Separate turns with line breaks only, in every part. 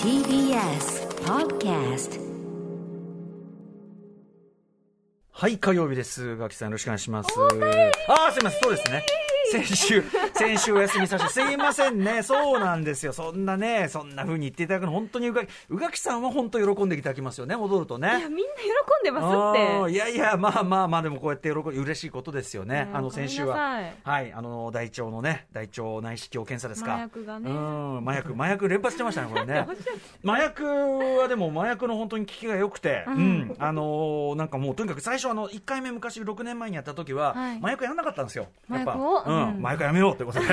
TBS Podcast
はい、火曜日です。ガキさんよろしくお願いします。ああ、すいません、そうですね。先週、先週お休みさせて、すいませんね。そうなんですよ。そんなね、そんな風に言っていただくの、本当にうがき、うがきさんは本当喜んでいただきますよね、戻ると
いや
ね。
みんな喜んでます
あ
っ
ー
て
いやいや、まあまあまあ、でもこうやって喜び、嬉しいことですよね。
うん
あの、先週
ごめん
は
なさい。
はい、あの、大腸のね、大腸内視鏡検査ですか。
麻薬がね
うん、麻薬、麻薬連発してましたね、こ れね。麻薬はでも、麻薬の本当に効きが良くて、うん、あのーなんかもう、とにかく最初、あの、1回目昔、6年前にやった時は、
はい
麻薬やらなかったんですよ。やっぱ。
麻薬を
うん、
うん
麻薬やめようってことで、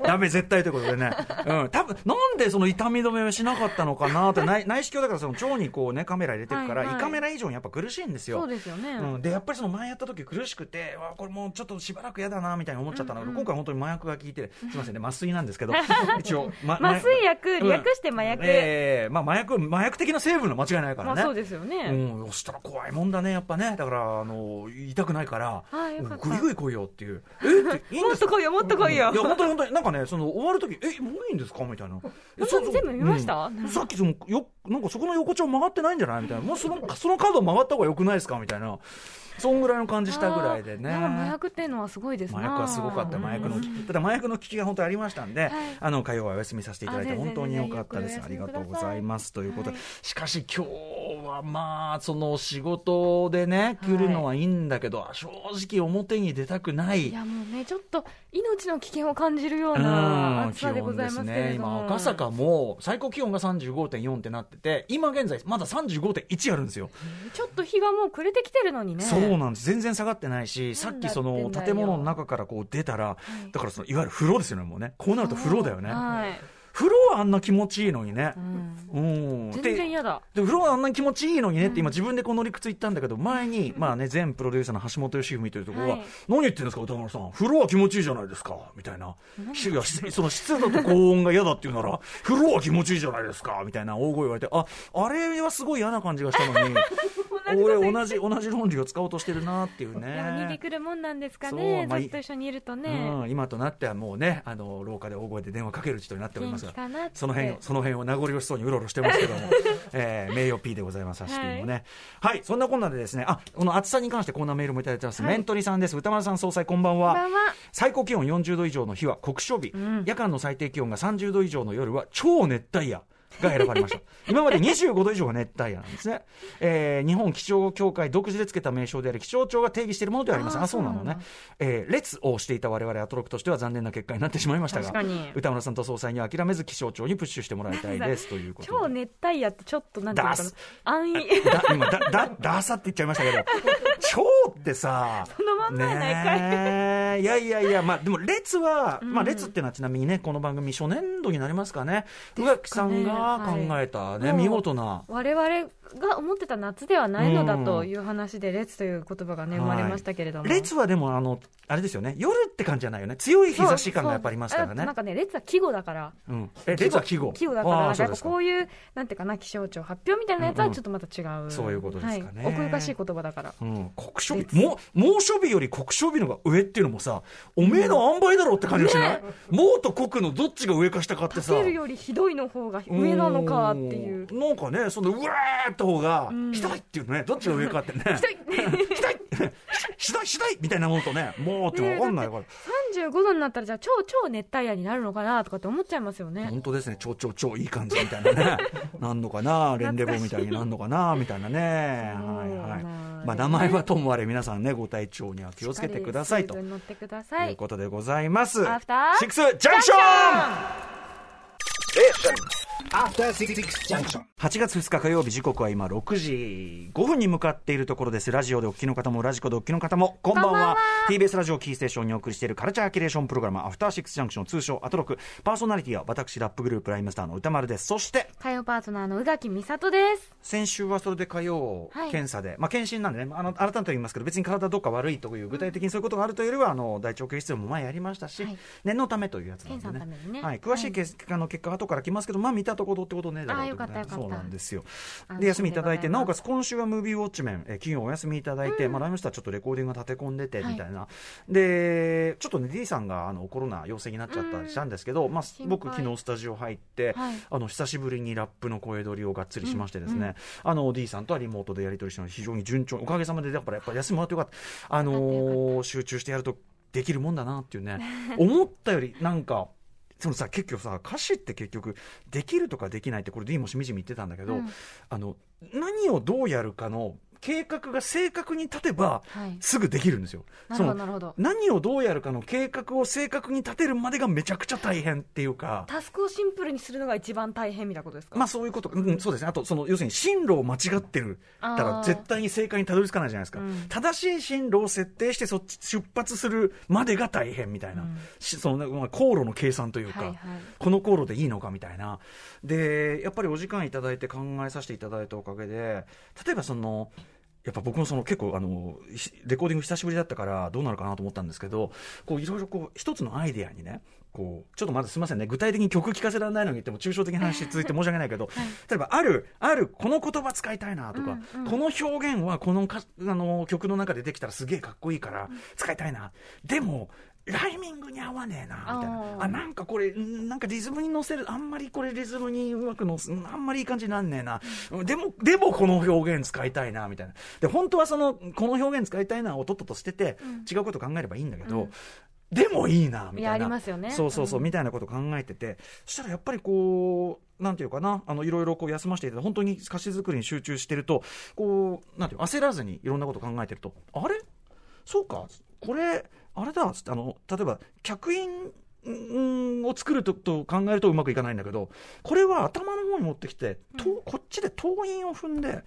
ダメ、絶対ということでね。うん、多分、なんでその痛み止めをしなかったのかなって、内内視鏡だからその腸にこうね、カメラ入れてるから、
はいは
胃
い
カメラ以上にやっぱ苦しいんですよ。
そうですよね、
うん、でやっぱりその前やった時苦しくてわあこれもうちょっとしばらく嫌だなみたいに思っちゃったので、今回本当に麻薬が効いてすみませんね麻酔なん ですけど一応、ま
麻酔薬
うん
略して麻薬
ええまあ麻薬麻薬的な成分の間違いないか
ま
ら
あ
ね、
そうですよね、
うん、そしたら怖いもんだねやっぱねだからあの痛くないから
あよかった
ぐいぐい来いよっていうえっていいん
も
で
っ
すか
と来いよもっと来いよ、
うんや、本 当に本当に、なんかね、その終わるとき、え、もういいんですかみたいな。え
本当に全部見ました
うんさっきその、よ、なんかそこの横丁曲がってないんじゃないみたいな。もうその、その角曲がった方が良くないですかみたいな。そんぐらいの感じしたぐらいでね。
あーいや麻薬っていうのはすごいですな
麻薬はすごかった、麻薬の効き、ただ麻薬の効きが本当にありましたんで、あの火曜はお休みさせていただいて、
あ全
本
然
当に良かったで
全
す、ありが
然お休
と
み
う
く
ご
ださい
ざいますということで
はい、
しかし、今日はまあ、その仕事でね、来るのはいいんだけど、正直、表に出たくない
いやもうねちょっと命の危険を感じるよう
うん
な暑さでございますけ
気温です
れども、
ね、今、赤坂も最高気温が35.4ってなってて、今現在、まだ35.1あるんですよ、
ちょっと日がもう暮れてきてるのにね
そうなんです、全然下がってないし、さっきその
なんだってんだ
建
よ
物の中からこう出たら、だからそのいわゆる風呂ですよね、もうね、こうなると風呂だよね、
はい、
風呂はあんな気持ちいいのにね
う、ん、
うん、
全
で
然嫌だ
で風呂はあんなに気持ちいいのにねって今自分でこう乗り口言ったんだけど前にまあね前プロデューサーの橋本良文というところは
はい
「何言ってんですか歌丸さん風呂は気持ちいいじゃないですか」みたいな「いやし その湿度と高温が嫌だっていうなら風呂は気持ちいいじゃないですか」みたいな大声言われてああれはすごい嫌な感じがした のに俺同じ同じ論理を使おうとしてるなっていう
いや逃げ
ね。
くるもんなんですか
そう
ね、
まあ
ずっと一緒にいるとね、
うん、今となってはもうねあの廊下で大声で電話かける人になっておりますが
元気かなって
その辺をその辺を名残惜しそうにうろうろしてますけども、 えー、名誉 P でございます、ハシピーもね。はい、そんなこんなでですね、あ、この暑さに関してこんなメールもいただいてます。メントリさんです。歌丸さん総裁、こんばんは。
こんばんは
最高気温40度以上の日は酷暑日、夜間の最低気温が30度以上の夜は超熱帯夜。が選ばれま した。今まで25度以上が熱帯夜なんですね。えー日本気象協会独自でつけた名称であり、気象庁が定義しているものではあります。あ、
あー
そうなの
そうな
ね
んだ。
えー列をしていた我々アトロクとしては残念な結果になってしまいましたが
確かに、
歌村さんと総裁には諦めず気象庁にプッシュしてもらいたいですということで。
超熱帯夜ってちょっとなんていうのか
出
な
す
安易
だ今だだ ダーサって言っちゃいましたけど超ってさ
そのまんまやないかい
ねえいやいやいやまあでも列は、まあ列っていうのはちなみにねこの番組初年度になりますかね宇垣さんが考えたね、
はい
見事な
我々が思ってた夏ではないのだという話で「列」という言葉がね生まれましたけれども、
はい列はでもあのあれですよね夜って感じじゃないよね強い日差し感がやっぱりありますから
そうそうあな
ね
んかね列は季語だから
うんえ列は季語
季語だから
あ
な
あ
んか
そう
やっ
で
ぱ
すか
こういうなんていうかな気象庁発表みたいなやつ
うん
は
うん
ちょっとまた違う、
そういうことですかね
はい、奥ゆかしい言葉だから
うん、酷暑日
列
もう猛暑日より酷暑日の方が上っていうのもさおめえの塩梅だろうって感じがしない、猛と酷のどっちが上か下かってさ
かけるよりひどいの方が上なのかっていう
うんなんかねそのうわーって方が
ん
ひどいっていうのねどっちが上かって ね
ひどい
ひどい ひどいひどいみたいなものとねもうって分かんないから、
35度になったらじゃあ超超熱帯夜になるのかなとかって思っちゃいますよね
本当ですね超超超いい感じみたいなね なんのかなレンレボみたいになんのかなみたいなねはいはいまあ名前はともあれ皆さんねご体調には気をつけてくださいと
乗ってくだ
と
さ
い
いう
ことでございます。
アフター
シックスジャンクション
After Six Junction.
8月2日火曜日時刻は今6時5分に向かっているところですラジオでお聞きの方もラジコでお聞きの方もこんばんは
こんばんは
TBS ラジオキーステーションにお送りしているカルチャーキュレーションプログラムアフターシックスジャンクション通称アトロクパーソナリティは私ラップグループライムスターの歌丸ですそして
火曜パートナーの宇垣美里です
先週はそれで火曜
はい
検査で、まあ検診なんでねあの改めて言いますけど別に体どっか悪いという具体的にそういうことがあるというよりはあの大腸憩室炎も前やりましたし、
はい
念のためというやつなんでね
検査のためにね
はい、詳しいけ、あの結果は後から来ますけどまあ見たところってことねえだろう
あー
て
よ
こ
か
と
った
ね
よかった
そうなんですよ
安
で
心で
休みいただいて
ござ
ない
ます
おかつ今週はムービーウォッチメン、えー、金曜お休みいただいて、まあ、ライムスターちょっとレコーディングが立て込んでて
はい
みたいな、でちょっとね D さんがあのコロナ陽性になっちゃったりしたんですけど、まあ、
心配
僕昨日スタジオ入って、
はい
あの久しぶりにラップの声取りをがっつりしましてですね、あの D さんとはリモートでやり取りしたので非常に順調おかげさまでやっぱやっぱ休みもらってよかった、あの
よかった
ー集中してやるとできるもんだなっていうね思ったよりなんか。そのさ結局さ歌詞って結局できるとかできないってこれ D もしみじみ言ってたんだけど、
うん
あの何をどうやるかの計画が正確に立てば
はい
すぐできるんですよ。
な
そ
るほ
の
どなるほど
何をどうやるかの計画を正確に立てるまでがめちゃくちゃ大変っていうか。
タスクをシンプルにするのが一番大変みたいなことですか、
まあそういうこと、うん、そうですね。あと、その、要するに進路を間違ってる。だから
あー
絶対に正解にたどり着かないじゃないですか。
うん
正しい進路を設定して、そっち、出発するまでが大変みたいな。
うん
しその、まあ、航路の計算というか、
はいはい
この航路でいいのかみたいな。で、やっぱりお時間いただいて考えさせていただいたおかげで、例えばその、やっぱ僕もその結構あのひレコーディング久しぶりだったからどうなるかなと思ったんですけどこういろいろこう一つのアイデアにねこうちょっとまだすみませんね具体的に曲聴かせられないのに言っても抽象的な話続いて申し訳 ないけど、例えばあるあるこの言葉使いたいなとか、
うんうん
この表現はこのかあの曲の中でできたらすげえかっこいいから使いたいな、でもライミングに合わねえなみたいな
あー
あなんかこれんなんかリズムに乗せるあんまりこれリズムにうまく乗すんあんまりいい感じになんねえな、でもでもこの表現使いたいなみたいなで本当はそのこの表現使いたいなをとっととしてて、違うこと考えればいいんだけど、
うん
でもいいなみたいない
やありますよね
そうそうそう、
うん
みたいなことを考えててそしたらやっぱりこうなんていうかなあのいろいろこう休ませていただいて本当に歌詞作りに集中してるとこうなんていうの焦らずにいろんなことを考えてるとあれそうかこれあれだあの例えば客員うんを作るとと考えるとうまくいかないんだけどこれは頭の方に持ってきて、とこっちで党員を踏んで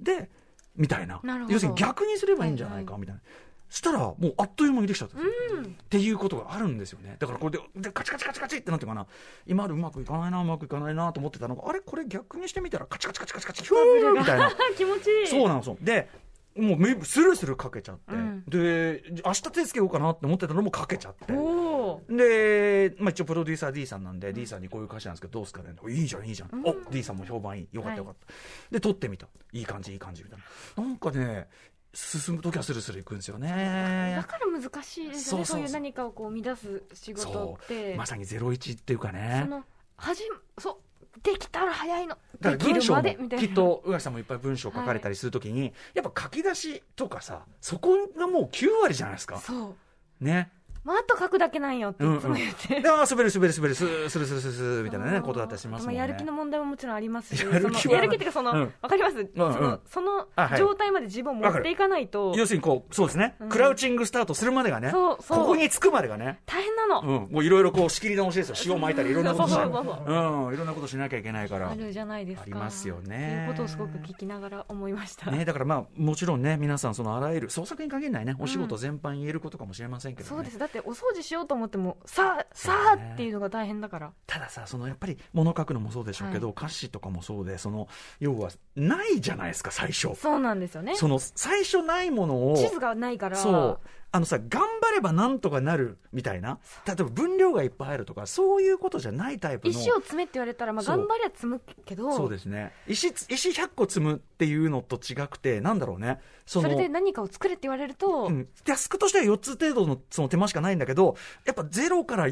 でみたいな
なるほど
要するに逆にすればいいんじゃないかみたいな、したらもうあっという間にできちゃったんですよっていうことがあるんですよねだからこれででカチカチカチカチってなんていうかな今までうまくいかないなうまくいかないなと思ってたのがあれこれ逆にしてみたらカチカチカチカチカチヒューみたいな。
あ 気持ち いい
そうなのそうでもうめスルスルかけちゃって、
うん
で明日手つけようかなって思ってたのもかけちゃって
おー
で、まあ、一応プロデューサー D さんなんで、D さんにこういう歌詞なんですけどどうですかねいいじゃんいいじゃん、お D さんも評判いいよかったよかった、で撮ってみたいい感じいい感じみたいななんかね進む時はスルスルいくんですよ
だ
ね
から難しいですよね
そうそうそう
そういう何かをこう乱す仕事
そ
っ
う
て
まさに「ゼロイチっていうかね
そのはじそうできたら早いの
だか
で
ら文
きる
章
ま
も
でみたいな
きっと宇垣さんもいっぱい文章書かれたりするときに、やっぱ書き出しとかさそこがもう9割じゃないですか
そう
ね
まあ、あと書くだけなんよっていつも言って、
で、あー滑る滑る滑る、スースルスルスルスルみたいな
そ
ね、
う
ことだったりしますもんね。
あとやる気の問題ももちろんあります し、
やる気は
そのやる気っていうか、その、
うん
わかります、そ
うん
の、その
あはい
状態まで自分を持っていかないと、
要するにこう、そうですね、
うん
クラウチングスタートするまでがね、
そうそう
ここに着くまでがね、
大変なの、
うん、もういろいろこう仕切り直しですよ。塩巻いたりいろんなことしな
そうそうそう
うん、いろんなことしなきゃいけないから。
あるじゃないですか。
ありますよね
っていうことをすごく聞きながら思いました。
ね、だからまあもちろんね皆さんそのあらゆる創作に限らないねお仕事全般言えることかもしれませんけど、ね
そうです。だって、お掃除しようと思っても、さあ、さあっていうのが大変だから。
たださそのやっぱり物書くのもそうでしょうけど、
は
歌詞とかもそうでその要はないじゃないですか最初
そうなんですよね。
その最初ないものを
地図がないから、
そうあのさ頑張ればなんとかなるみたいな例えば分量がいっぱいあるとかそういうことじゃないタイプの
石を積めって言われたら、まあ、
そう
頑張りゃ積むけど、
そうですね石石100個積むっていうのと違くてなんだろうねそ
そ
の
れで何かを作れって言われると、
うん、タスクとしては4つ程度のその手間しかないんだけどやっぱ0から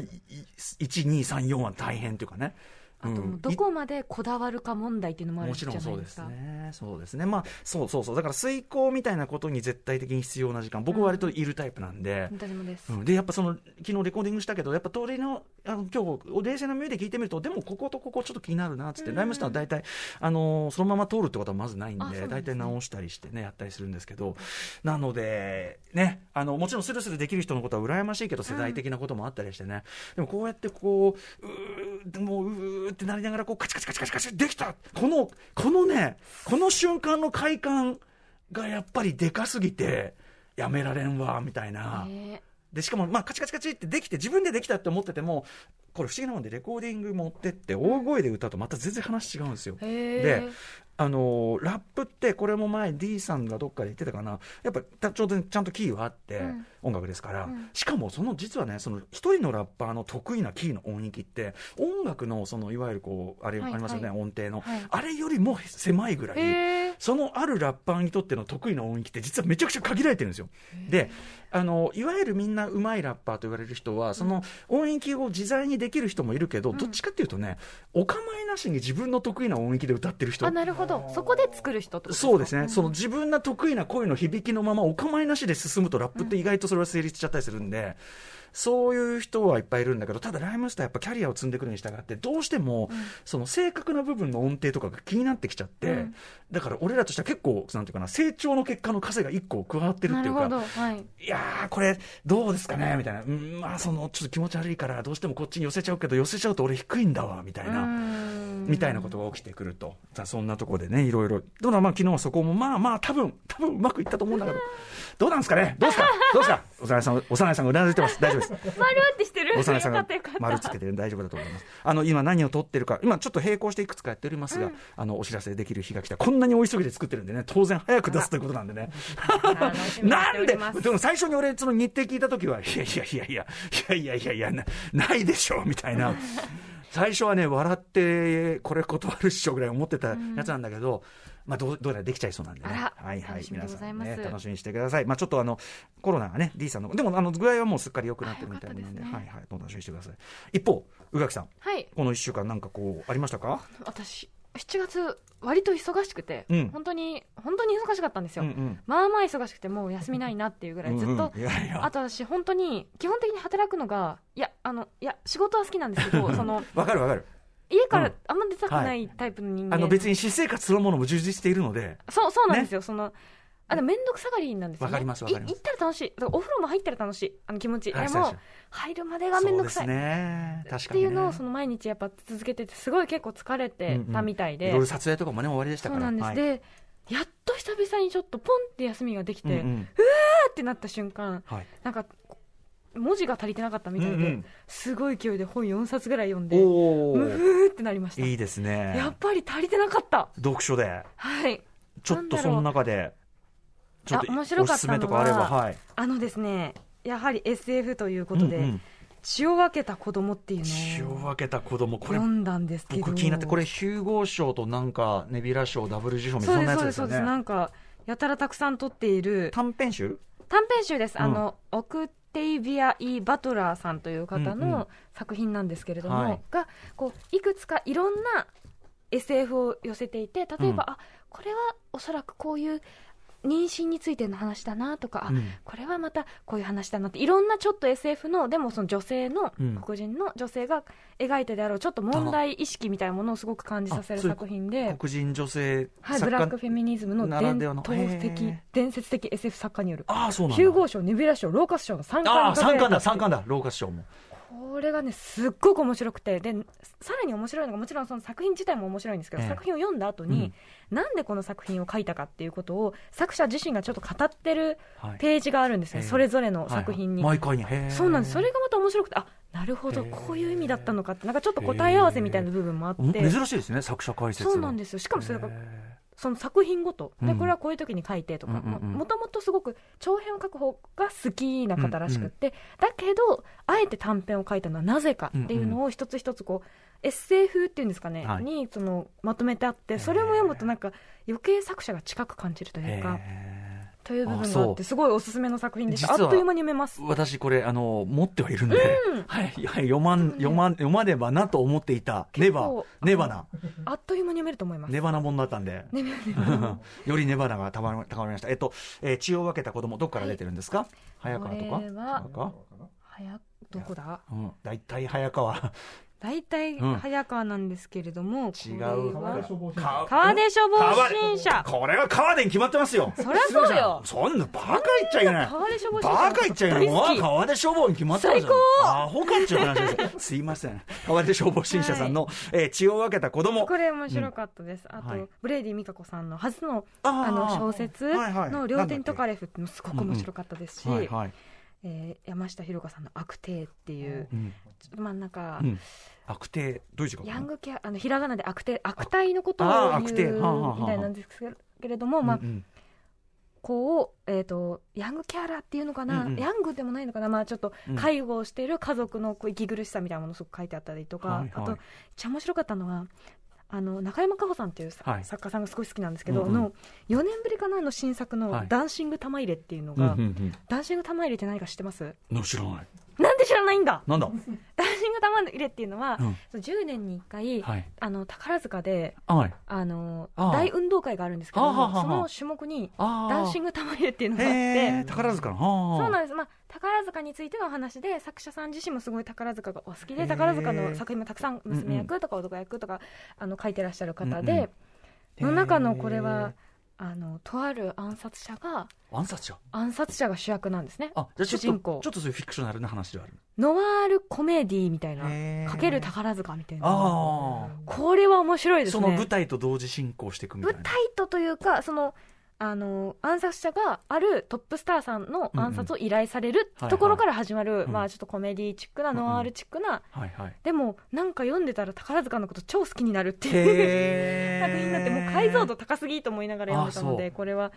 1234は大変っていうかね。
あともうどこまでこだわるか問題っていうのもある
も
じ
ち
ゃな
ろ
いで
ん
すか。
そうですね。そうですね。まあ、そうそうそう。だから遂行みたいなことに絶対的に必要な時間。僕は割といるタイプなんで。
私もです。
うんでやっぱその昨日レコーディングしたけどやっぱ通りのあの今日冷静な目で聞いてみるとでもこことここちょっと気になるなっつって、ライムスターは大体、あのーそのまま通るってことはまずないんで
あそうなんですね
大体直したりしてねやったりするんですけどなのでねあのもちろんスルスルできる人のことは羨ましいけど世代的なこともあったりしてね、でもこうやってこううーでもううーってなりながらこうカチカチカチカチカチできたこのこのねこの瞬間の快感がやっぱりでかすぎてやめられんわみたいな。
ね
でしかも、まあ、カチカチカチってできて自分でできたって思っててもこれ不思議なもんでレコーディング持ってって大声で歌うとまた全然話違うんですよ。で
へえ。
あのーラップってこれも前 D さんがどっかで言ってたかなやっぱたちょうどちゃんとキーはあって、
うん
音楽ですから、しかもその実はねその一人のラッパーの得意なキーの音域って音楽のそのいわゆるこうあれ、
はい
ありますよね
は
音程の、
はい
あれよりも狭いぐらい、
へー
そのあるラッパーにとっての得意な音域って実はめちゃくちゃ限られてるんですよ。であのいわゆるみんなうまいラッパーと言われる人はその音域を自在にできる人もいるけど、どっちかっていうとねお構いなしに自分の得意な音域で歌ってる人
あなるほどそこで作る人ってこと
そうですね、
ん
その自分の得意な声の響きのままお構いなしで進むとラップって意外とそれは成立しちゃったりするんで、そういう人はいっぱいいるんだけどただライムスターやっぱキャリアを積んでくるに従ってどうしても、その正確な部分の音程とかが気になってきちゃって、
うん
だから俺らとしては結構なんていうかな成長の結果の稼が1個加わってるっ
な
ていう
るほ
か
どはい
いやー、これ、どうですかねみたいな、うん、まあ、その、ちょっと気持ち悪いから、どうしてもこっちに寄せちゃうけど、寄せちゃうと俺低いんだわ、みたいうな。
ん
みたいなことが起きてくると、さあそんなところでね、いろいろ、どうだ、まあ、昨日はそこも、まあまあ、多分多分うまくいったと思うんだけど、どうなんですかね、どうですか、どうですか、おさなさん、おさなさんがうなずいてます、大丈夫です。
丸ってしてる
おさなさんが
よかったよかった
丸つけてる大丈夫だと思います。あの今何を撮ってるか、今ちょっと並行していくつかやっておりますが、あのお知らせできる日が来た。こんなにお急ぎで作ってるんでね、当然早く出すということなんでね。
楽しみにし
なん
ており
で
ます
でも最初に俺その日程聞いた時はいやいやいやいやいやいやいやいやなないでしょうみたいな。最初はね笑ってこれ断るっしょぐらい思ってたやつなんだけど、まあどうどうやらできちゃいそうなんでね。
あら
はいはい
楽しみで
皆
ご
さ
ざい
ん
ます
ね楽しみにしてください。まあちょっとあのコロナがね D さんのでもあの具合はもうすっかり良くなってるみたいなんで、
あよかったですね
はいはいお楽しみにしてください。一方宇垣さん
はい
この一週間なんかこうありましたか？
私7月割と忙しくて、
うん
本当に本当に忙しかったんですよ、
ん
まあまあ忙しくてもう休みないなっていうぐらいずっと、
うんうんいやいや
あと私本当に基本的に働くのがいやあのいや仕事は好きなんですけ どその
わかるわかる。
家
う
か
ん
らあんま出たく
は
ないいタイプの人間、
あの別に私生活そのものも充実しているので。
そうそうなんですよ、そのあでも面倒くさがりなんですよ、ね、
わかりますわかります
い行ったら楽しいだからお風呂も入ったら楽しいあの気持ち、
はい
で
そうで
も
す
入るまでが面倒くさい、
そうですね。確
っ
か
て
に、
い
ね。
うのをその毎日やっぱ続けててすごい結構疲れてたみたいで、
いろいろ撮影とかもね、終わりでした
そ
か
う
ら。
なんです、
はい
でやっと久々にちょっとポンって休みができて、
うんう
うんってなった瞬間
はい。
なんか文字が足りてなかったみたいで、
うんうん
すごい勢いで本4冊ぐらい読んでう
おー
ふーってなりました
いいですね。
やっぱり足りてなかった
読書で、
はい
ちょっとその中で、ちょっと
あ面白
お
か
す
っ
す
たのは
めとかあれば、はい。
あのですねやはり SF というこ
うんう
とで、
ん。
血を分けた子供っていう
血を
のを
分けた子供、これ
読、んだんですけど
僕気になって、これ、ヒューゴー賞となんか、ネビラ賞、ダブル受賞みた
そう
い
で
なやつ
すそう
で
で
す
すそう
よ
です、な
ね。
んかやたらたくさん撮っている
短編集
短編集です、
うん
あのオクテイビア・イ・バトラーさんという方
うんうん
の作品なんですけれども、
はい
がこういくつかいろんな SF を寄せていて例えば、あこれはおそらくこういう妊娠についての話だなとか、あ
うん
これはまたこういう話だなっていろんなちょっと SF のでもその女性の、
うん
黒人の女性が描いてであろうちょっと問題意識みたいなものをすごく感じさせ
あ
る
そういう
作品で。
黒人女性
はい、
作
ブ
家
ラックフェミニズムの
なら
伝
ではの
統
へ
的
ー
伝説的 SF 作家による
ああ、そうなんだ。
9号賞、ネビュラ賞、ローカス賞の3
ああ、
冠
三
に輝い
冠
た
だ、三冠だ、ローカス賞も。
これがね、すっごく面白くて、で、さらに面白いのが、もちろんその作品自体も面白いんですけど、
ええ
作品を読んだ後に、なんでこの作品を書いたかっていうことを、作者自身がちょっと語ってる
はい
ページがあるんですね、
ええ
それぞれの作品に。
はいはい毎回に。へー
そうなんです、それがまた面白くて、あなるほど、
へえ
こういう意味だったのかって、なんかちょっと答え合わせみたいな部分もあって。
珍しいですね作者解説
そうなんですすよしかもそれがその作品ごと
う
で
ん
これはこういう時に書いてとか、
うんうんうん
もともとすごく長編を書く方が好きな方らしくって、だけどあえて短編を書いたのはなぜかっていうのを一つ一つこう SF っていうんですかね、
はい
にそのまとめてあってそれも読むとなんか余計作者が近く感じるというか、という部分があっ
あそう
てすごいおすすめの作品でしたあっ
実は
という間に読めます。
私これあの持ってはいるんで、 はいはい読まん読まん読まねばなと思っていたネ
結
バ
構
ネバな
あっという間に読めると思います。
ネバな本だったんで、
ねねね
よりネバなが高まり高まりましたえっと、えー、血を分けた子供どこから出てるんですか、早川とか
これは
とか
早どこだ
うん大体早川
大体
うん
早川なんですけれども、
違う
これは
川
川出処方新社
これは川でに決まってますよ
そりゃそうよ
そんなバカ言っちゃいけない
川出処方新社
バカ言っちゃいけない。
大好
わ
き
川出消防に決まったじゃん。
最高
アホかっちゅう話ですよ。すいません。川出消防新社さんの、えー血を分けた子供。
これ面白かったです、あと、
はい
ブレイディ美香子さんの初の
あー
あの小説
はいはい
の「両天とカレフ」ってのすごく面白かったですし、
はいはい。
えー山下弘香さんの「悪帝」っていう
うん。
ちょっとまあなんか、
うん。悪帝、どういう字か
ヤングケアあのひらがなで悪帝悪態のこと
あー
を
悪帝
言う
はあはあはあ
みたいなんですけれどもまあ
うんうん
子を、えー、とヤングケアラーっていうのかな、
うんうん
ヤングでもないのかな、まあ、ちょっと
うん
介護をしている家族のこう息苦しさみたいなものすごく書いてあったりとか、
はいはい
あとめっちゃ面白かったのはあの中山果歩さんっていうさ、
はい
作家さんがすごい好きなんですけど、
うんうん
の4年ぶりかなあの新作
は
の
い
「ダンシング玉入れ」っていうの
うんう
が、
ん
ダンシング玉入れって何か知ってます
うん。知らない。
なんで知らないんだ
なんだ。
ダンシング玉入れっていうのは、
うん
その10年に1回、
はい。
あの宝塚で
はい。
あの
ああ
大運動会があるんですけど
あははは
その種目に
あ
ダンシ
ン
ング玉入れっていうのがあって。
へえ、宝塚の。
そう
は
な
あ
んです、まあ、宝塚についてのお話で作者さん自身もすごい宝塚がお好き
へ
で
ー
宝塚の作品もたくさん
うんうん
娘役とか男役とか、あの書いてらっしゃる
う
方
んう
で、
へー
の中のこれはあのとある暗殺者が
暗殺者。
暗殺者が主役なんですね
あ、じゃあち
主
ょっ
人
と
公、
ちょっとそういうフィクショナルな話ではある。
ノワールコメディみたいな
へー
かける宝塚みたいな
あ
これは面白い
あ。
です
そ
ね
の舞台と同時進行していくみたい
舞
な。
台とというかそのあの暗殺者があるトップスターさんの暗殺を依頼される
うんうん
ところから始まる、
いうん
まあ、ちょっとコメディチックな、
うんうん
ノワールチックな
はいはい。
でもなんか読んでたら宝塚のこと超好きになるっていう
へ
作品になってもう解像度高すぎと思いながら読んでたのでこれは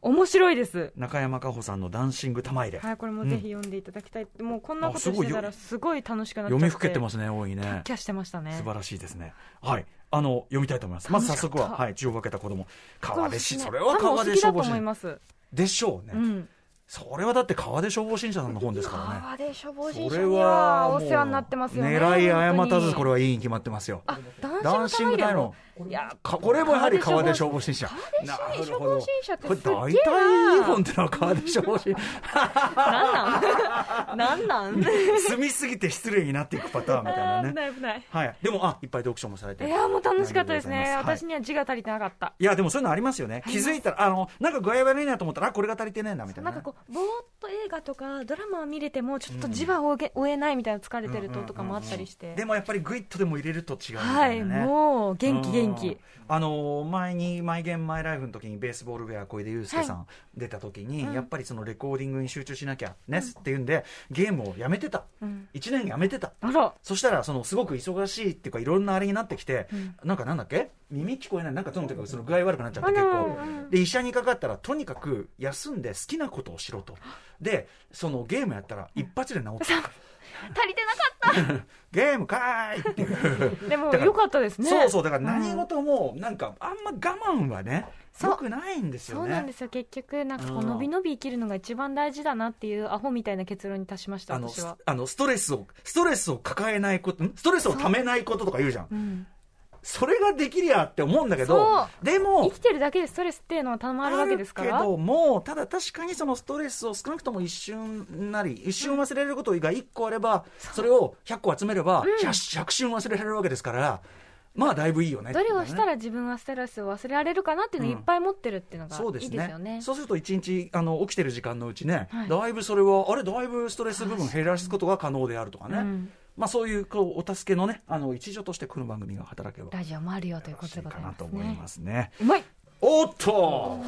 面白いです。
中山佳穂さんのダンシング玉入れ。
はい、これもぜひ読んでいただきたい、もうこんなこと
あすごい
して
よ
たらすごい楽しくなっちゃっ
読
て
みふけてますすね、多い
キャッ
ね。
キャしてましたね
素晴らしいですね。はい。あの、読みたいと思います。まず早速は、
楽しかった
はい、血を分けた子供。川でし、それは
多分お
川
好
で
き
消
だと
防
思い
士。
ます、
でしょうね。
うん、
それはだって川で消防審査さんの本ですからね。
川で消防
そ
士
れ
に
は
は
もう
お世話になってますよね
狙い誤たず、
本当に
これはいいに決まってますよ。
あ、
ダ
ダ
ン
ン
シ
シ
ン
ン
グ
グ
大
大
の
の。いや、
かこれもやはり川で消防審査。
川で消
なるほど
防審査って
これ
すっ
大
げえ
体いい
な。
本ってのは川で消防審査。
なんなん？なん なん？
住みすぎて失礼になっていくパターンみたい
あ
な
ー危
ね。
ない危ない。
はい。でも、あ、いっぱい読書もされて
いやもう楽しかったです
あり
ね。
がとうございます
私には字が足りてなかった。
いや、でもそういうのありますよね。気づいたら、あの、なんか具合悪いなと思ったら、あ、これが足りてないな、みたいな
なん
ね。
かこうぼーっと映画とかドラマを見れてもちょっと字は追え追えないみたいな疲れてるととかもあったりして
で。もやっぱりグイッとでも入れると違うみ
は
た
い、
いなね。
もう元気元
うん
気。
あのー前に「マイ・ゲーム・マイ・ライフ」の時にベースボールウェア小出祐介さん出た時に、やっぱりそのレコーディングに集中しなきゃね、っていうんでゲームをやめてた、
うん
1年やめてた
あら、
そしたらそのすごく忙しいっていうかいろんなあれになってきて、なんかなんだっけ耳聞こえないなんかとにかくその具合悪くなっちゃって
あ
結
ら
構、
うん
で医者にかかったらとにかく休んで好きなことをしろとでそのゲームやったら一発で治った、
足りてなかっ
ゲームかーいっていう。
た。でも
だから
良かったですね。
そうそうだから何
うん
事もなんかあんま我慢はね、
そう
よくないんですよ
そうなんで
ね。
すよ結局なんかこ
う
うん伸び伸び生きるのが一番大事だなっていうアホみたいな結論に達しました
あの
私は、
あのストレスをストレスを抱えないことんストレスをためないこととか言うじゃん
う
そ
ん、
れができりゃって思うんだけど
そ
でも
生きてるだけでストレスっていうのはたまるわけですから
あるけどもただ確かにそのストレスを少なくとも一瞬なり一瞬忘れることが1個あれば、それを100個集めれば 100,、100瞬忘れられるわけですからまあだいぶいいよね
どれをした
ら
ら自分はストレスを忘れられるかなっていうのをいっぱい持ってるっていうのが
そうで
い
す
いです
ね
よね。
そうすると一日あの起きてる時間のうちね、
はい
だいぶそれはあれだいぶストレス部分減らすことが可能であるとかね、
うん
まあそういうこうお助けのねあの一助としてこの番組が働けば
ラジオもあるよというこ
楽し
と
い
でござ
か
い
な
ま
と
す
思い
ね。
ますね。
うまい
おっと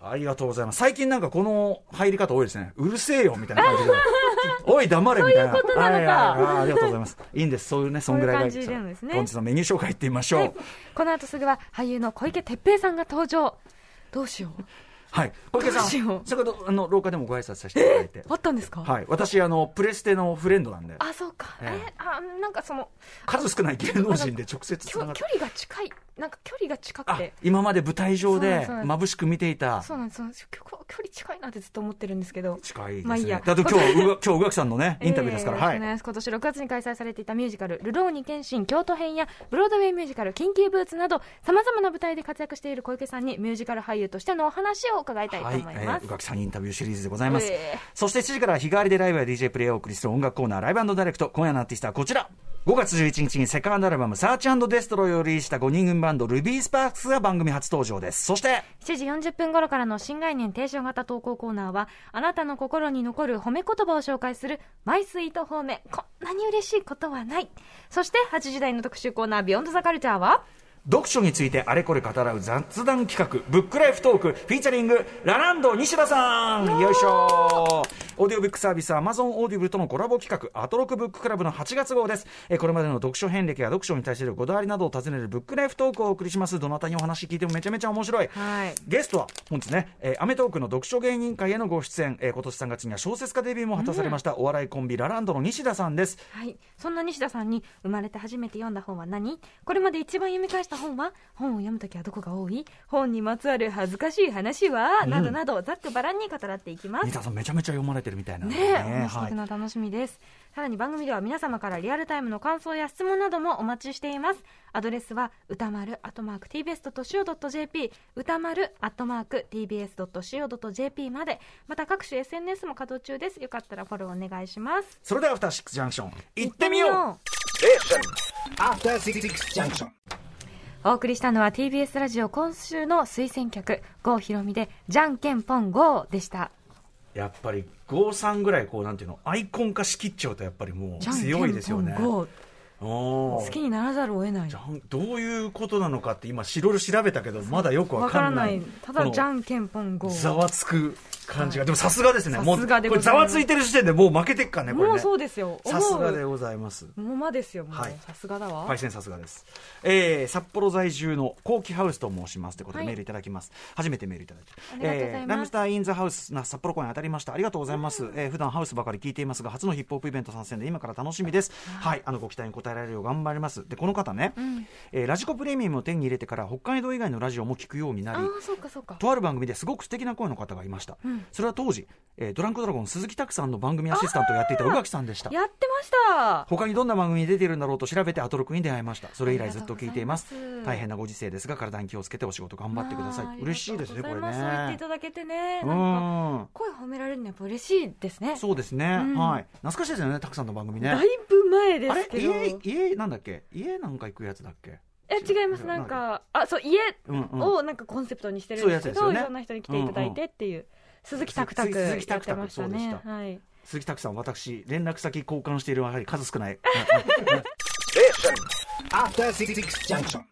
ありがとうございます最近なんかこの入り方多いですねうるせえよみたいな 感じでおい黙れみたいな
そういうことなのか
はいはいはいありがとうございますいいんですそういうねそんぐらいがいい
そういう感じなんですね
本日のメニュー紹介いってみましょう、
はいこの後すぐは俳優の小池徹平さんが登場。どうしよう。
はい小池さ
どうしよ
ん
う
先ほどあの廊下でもご挨拶させていただいて
あったんですか、
はい、私あのプレステのフレンドなんで
あ、そうか。え
ええ
あ、なんかその、
数少ない芸能人で直接つ
距
なが
距
って
離が近い。なんか距離が近く
あ
て。
今まで舞台上
そうなん
で
ですそうなんです
眩しく見ていた
そうなんです。そうなんです距距離近いなってずっと思ってるんですけど。
近いですね、
まあいいや
だって今日うが今日宇垣さんのねインタビューですから、
えー
はい、
そうですね今年6月に開催されていたミュージカル「ルローニケンシン京都編」やブロードウェイミュージカル「緊急ブーツ」などさまざまな舞台で活躍している小池さんにミュージカル俳優としてのお話を伺いたいと
はい、え
思いま
ー
す、
宇垣さんインタビューシリーズでございます、
えー
そして7時から日替わりでライブや DJ プレイをお送りする音楽コーナーライブダイレクト今夜のアーティストはこちら5月11日にセカンドアルバム「サーチデストロイ」をリリースした5人組バンドルビースパークスが番組初登場ですそして
7時40分頃からの新概念提唱型投稿コーナーはあなたの心に残る褒め言葉を紹介する「マイスイート褒めこんなに嬉しいことはない」そして8時台の特集コーナー「ビヨンドザカルチャーは
読書についてあれこれ語らう雑談企画「ブックライフトーク」フィーチャリングラランド西田さんよいしょオーディオブックサービス Amazon オーディブルとのコラボ企画、アトロクブッククラブの8月号です。えーこれまでの読書遍歴や読書に対するこだわりなどを尋ねるブックライフトークをお送りします。どなたにお話聞いてもめちゃめちゃ面白い。
はい
ゲストは、本日ね、えーアメトークの読書芸人会へのご出演、えー今年3月には小説家デビューも果たされました、お笑いコンビ、ラランドの西田さんです。
はい、そんな西田さんに生まれて初めて読んだ本は何これまで一番読み返した本は本を読むときはどこが多い本にまつわる恥ずかしい話は、などなどざっくばらんに語らっていきます
西田さん、めちゃめちゃ読まれてるみたいなん
ね
で
え、面
は
白
い
くな楽しみです、さらに番組では皆様からリアルタイムの感想や質問などもお待ちしていますアドレスは歌丸アットマーク tbs.co.jp 歌丸アットマーク tbs.co.jp までまた各種 SNS も稼働中ですよかったらフォローお願いします
それでは、アフターシックスジャンクション、行ってみよう
う
After Six Junction.
お送りしたのは TBS ラジオ今週の推薦曲郷ひろみで「じゃんけんぽんゴー」でした
やっぱり五三ぐらいこうなんていうのアイコン化しきっちゃうとやっぱりもう
じゃんけん
強いですよね。
ぽんゴー
お
好き
ー
にならざるを得ない
じゃんどういうことなのかって今いろいろ調べたけどまだよくわ
わ
か
から
らな
ないいただじゃんけんぽん
こ
ゴ
のざ
ー
わつく感じが、でもさすがですねも
さ
う
すがで
こ
ご
れ
ざ
ざ
います
わついてる時点でもう負けてっかねこれね
もうそうですよ
さすがで
思
ございます
うもまですよもう
はい
さすがだわ
パイセンさすがです、えー札幌在住のコウキハウスと申しますということで
はい
メールいただきます、初めてメールいただいて
ありがとうございます
えーラムスターインザハウスな札幌公演当たりましたありがとうございます、えー普段ハウスばかり聞いていますが初のヒップホップイベント参戦で今から楽しみですはいあのご期待に応えられるよう頑張りますでこの方ね、えーラジコプレミアムを手に入れてから北海道以外のラジオも聞くようにな
あ
り
あそうかそうか
とある番組ですごく素敵な声の方がいました、それは当時、えードランクドラゴン鈴木拓さんの番組アシスタントをやっていた宇垣さんでした
やってました
他にどんな番組に出ているんだろうと調べてアトロクに出会いましたそれ以来ずっと聞いています
ありがとうございます
大変なご時世ですが体に気をつけてお仕事頑張ってくださ
あー
い嬉しいですねこれ
ありがとうございますそう言ってい
ね
ただけてね
う
なんか
ん
声褒められるのやっぱ嬉しいですね
そうですね、
うん
はい懐かしいですよねたくさんの番組ね
だいぶ前で
あ
す
れ
けど
家家なんだっけ家なんか行くやつだっけ
え違いますなんかあそう家
うんうん
をなんかコンセプトにしてるんですけ
そ
ど、
ういうやつですよね
いろんな人に来ていただいてっていう、鈴木拓拓
す
や
鈴
っ
木拓
て
拓
ました
そう
ね
でし
はい
鈴木拓さん私連絡先交換しているやはり数少ない
After Six Junction.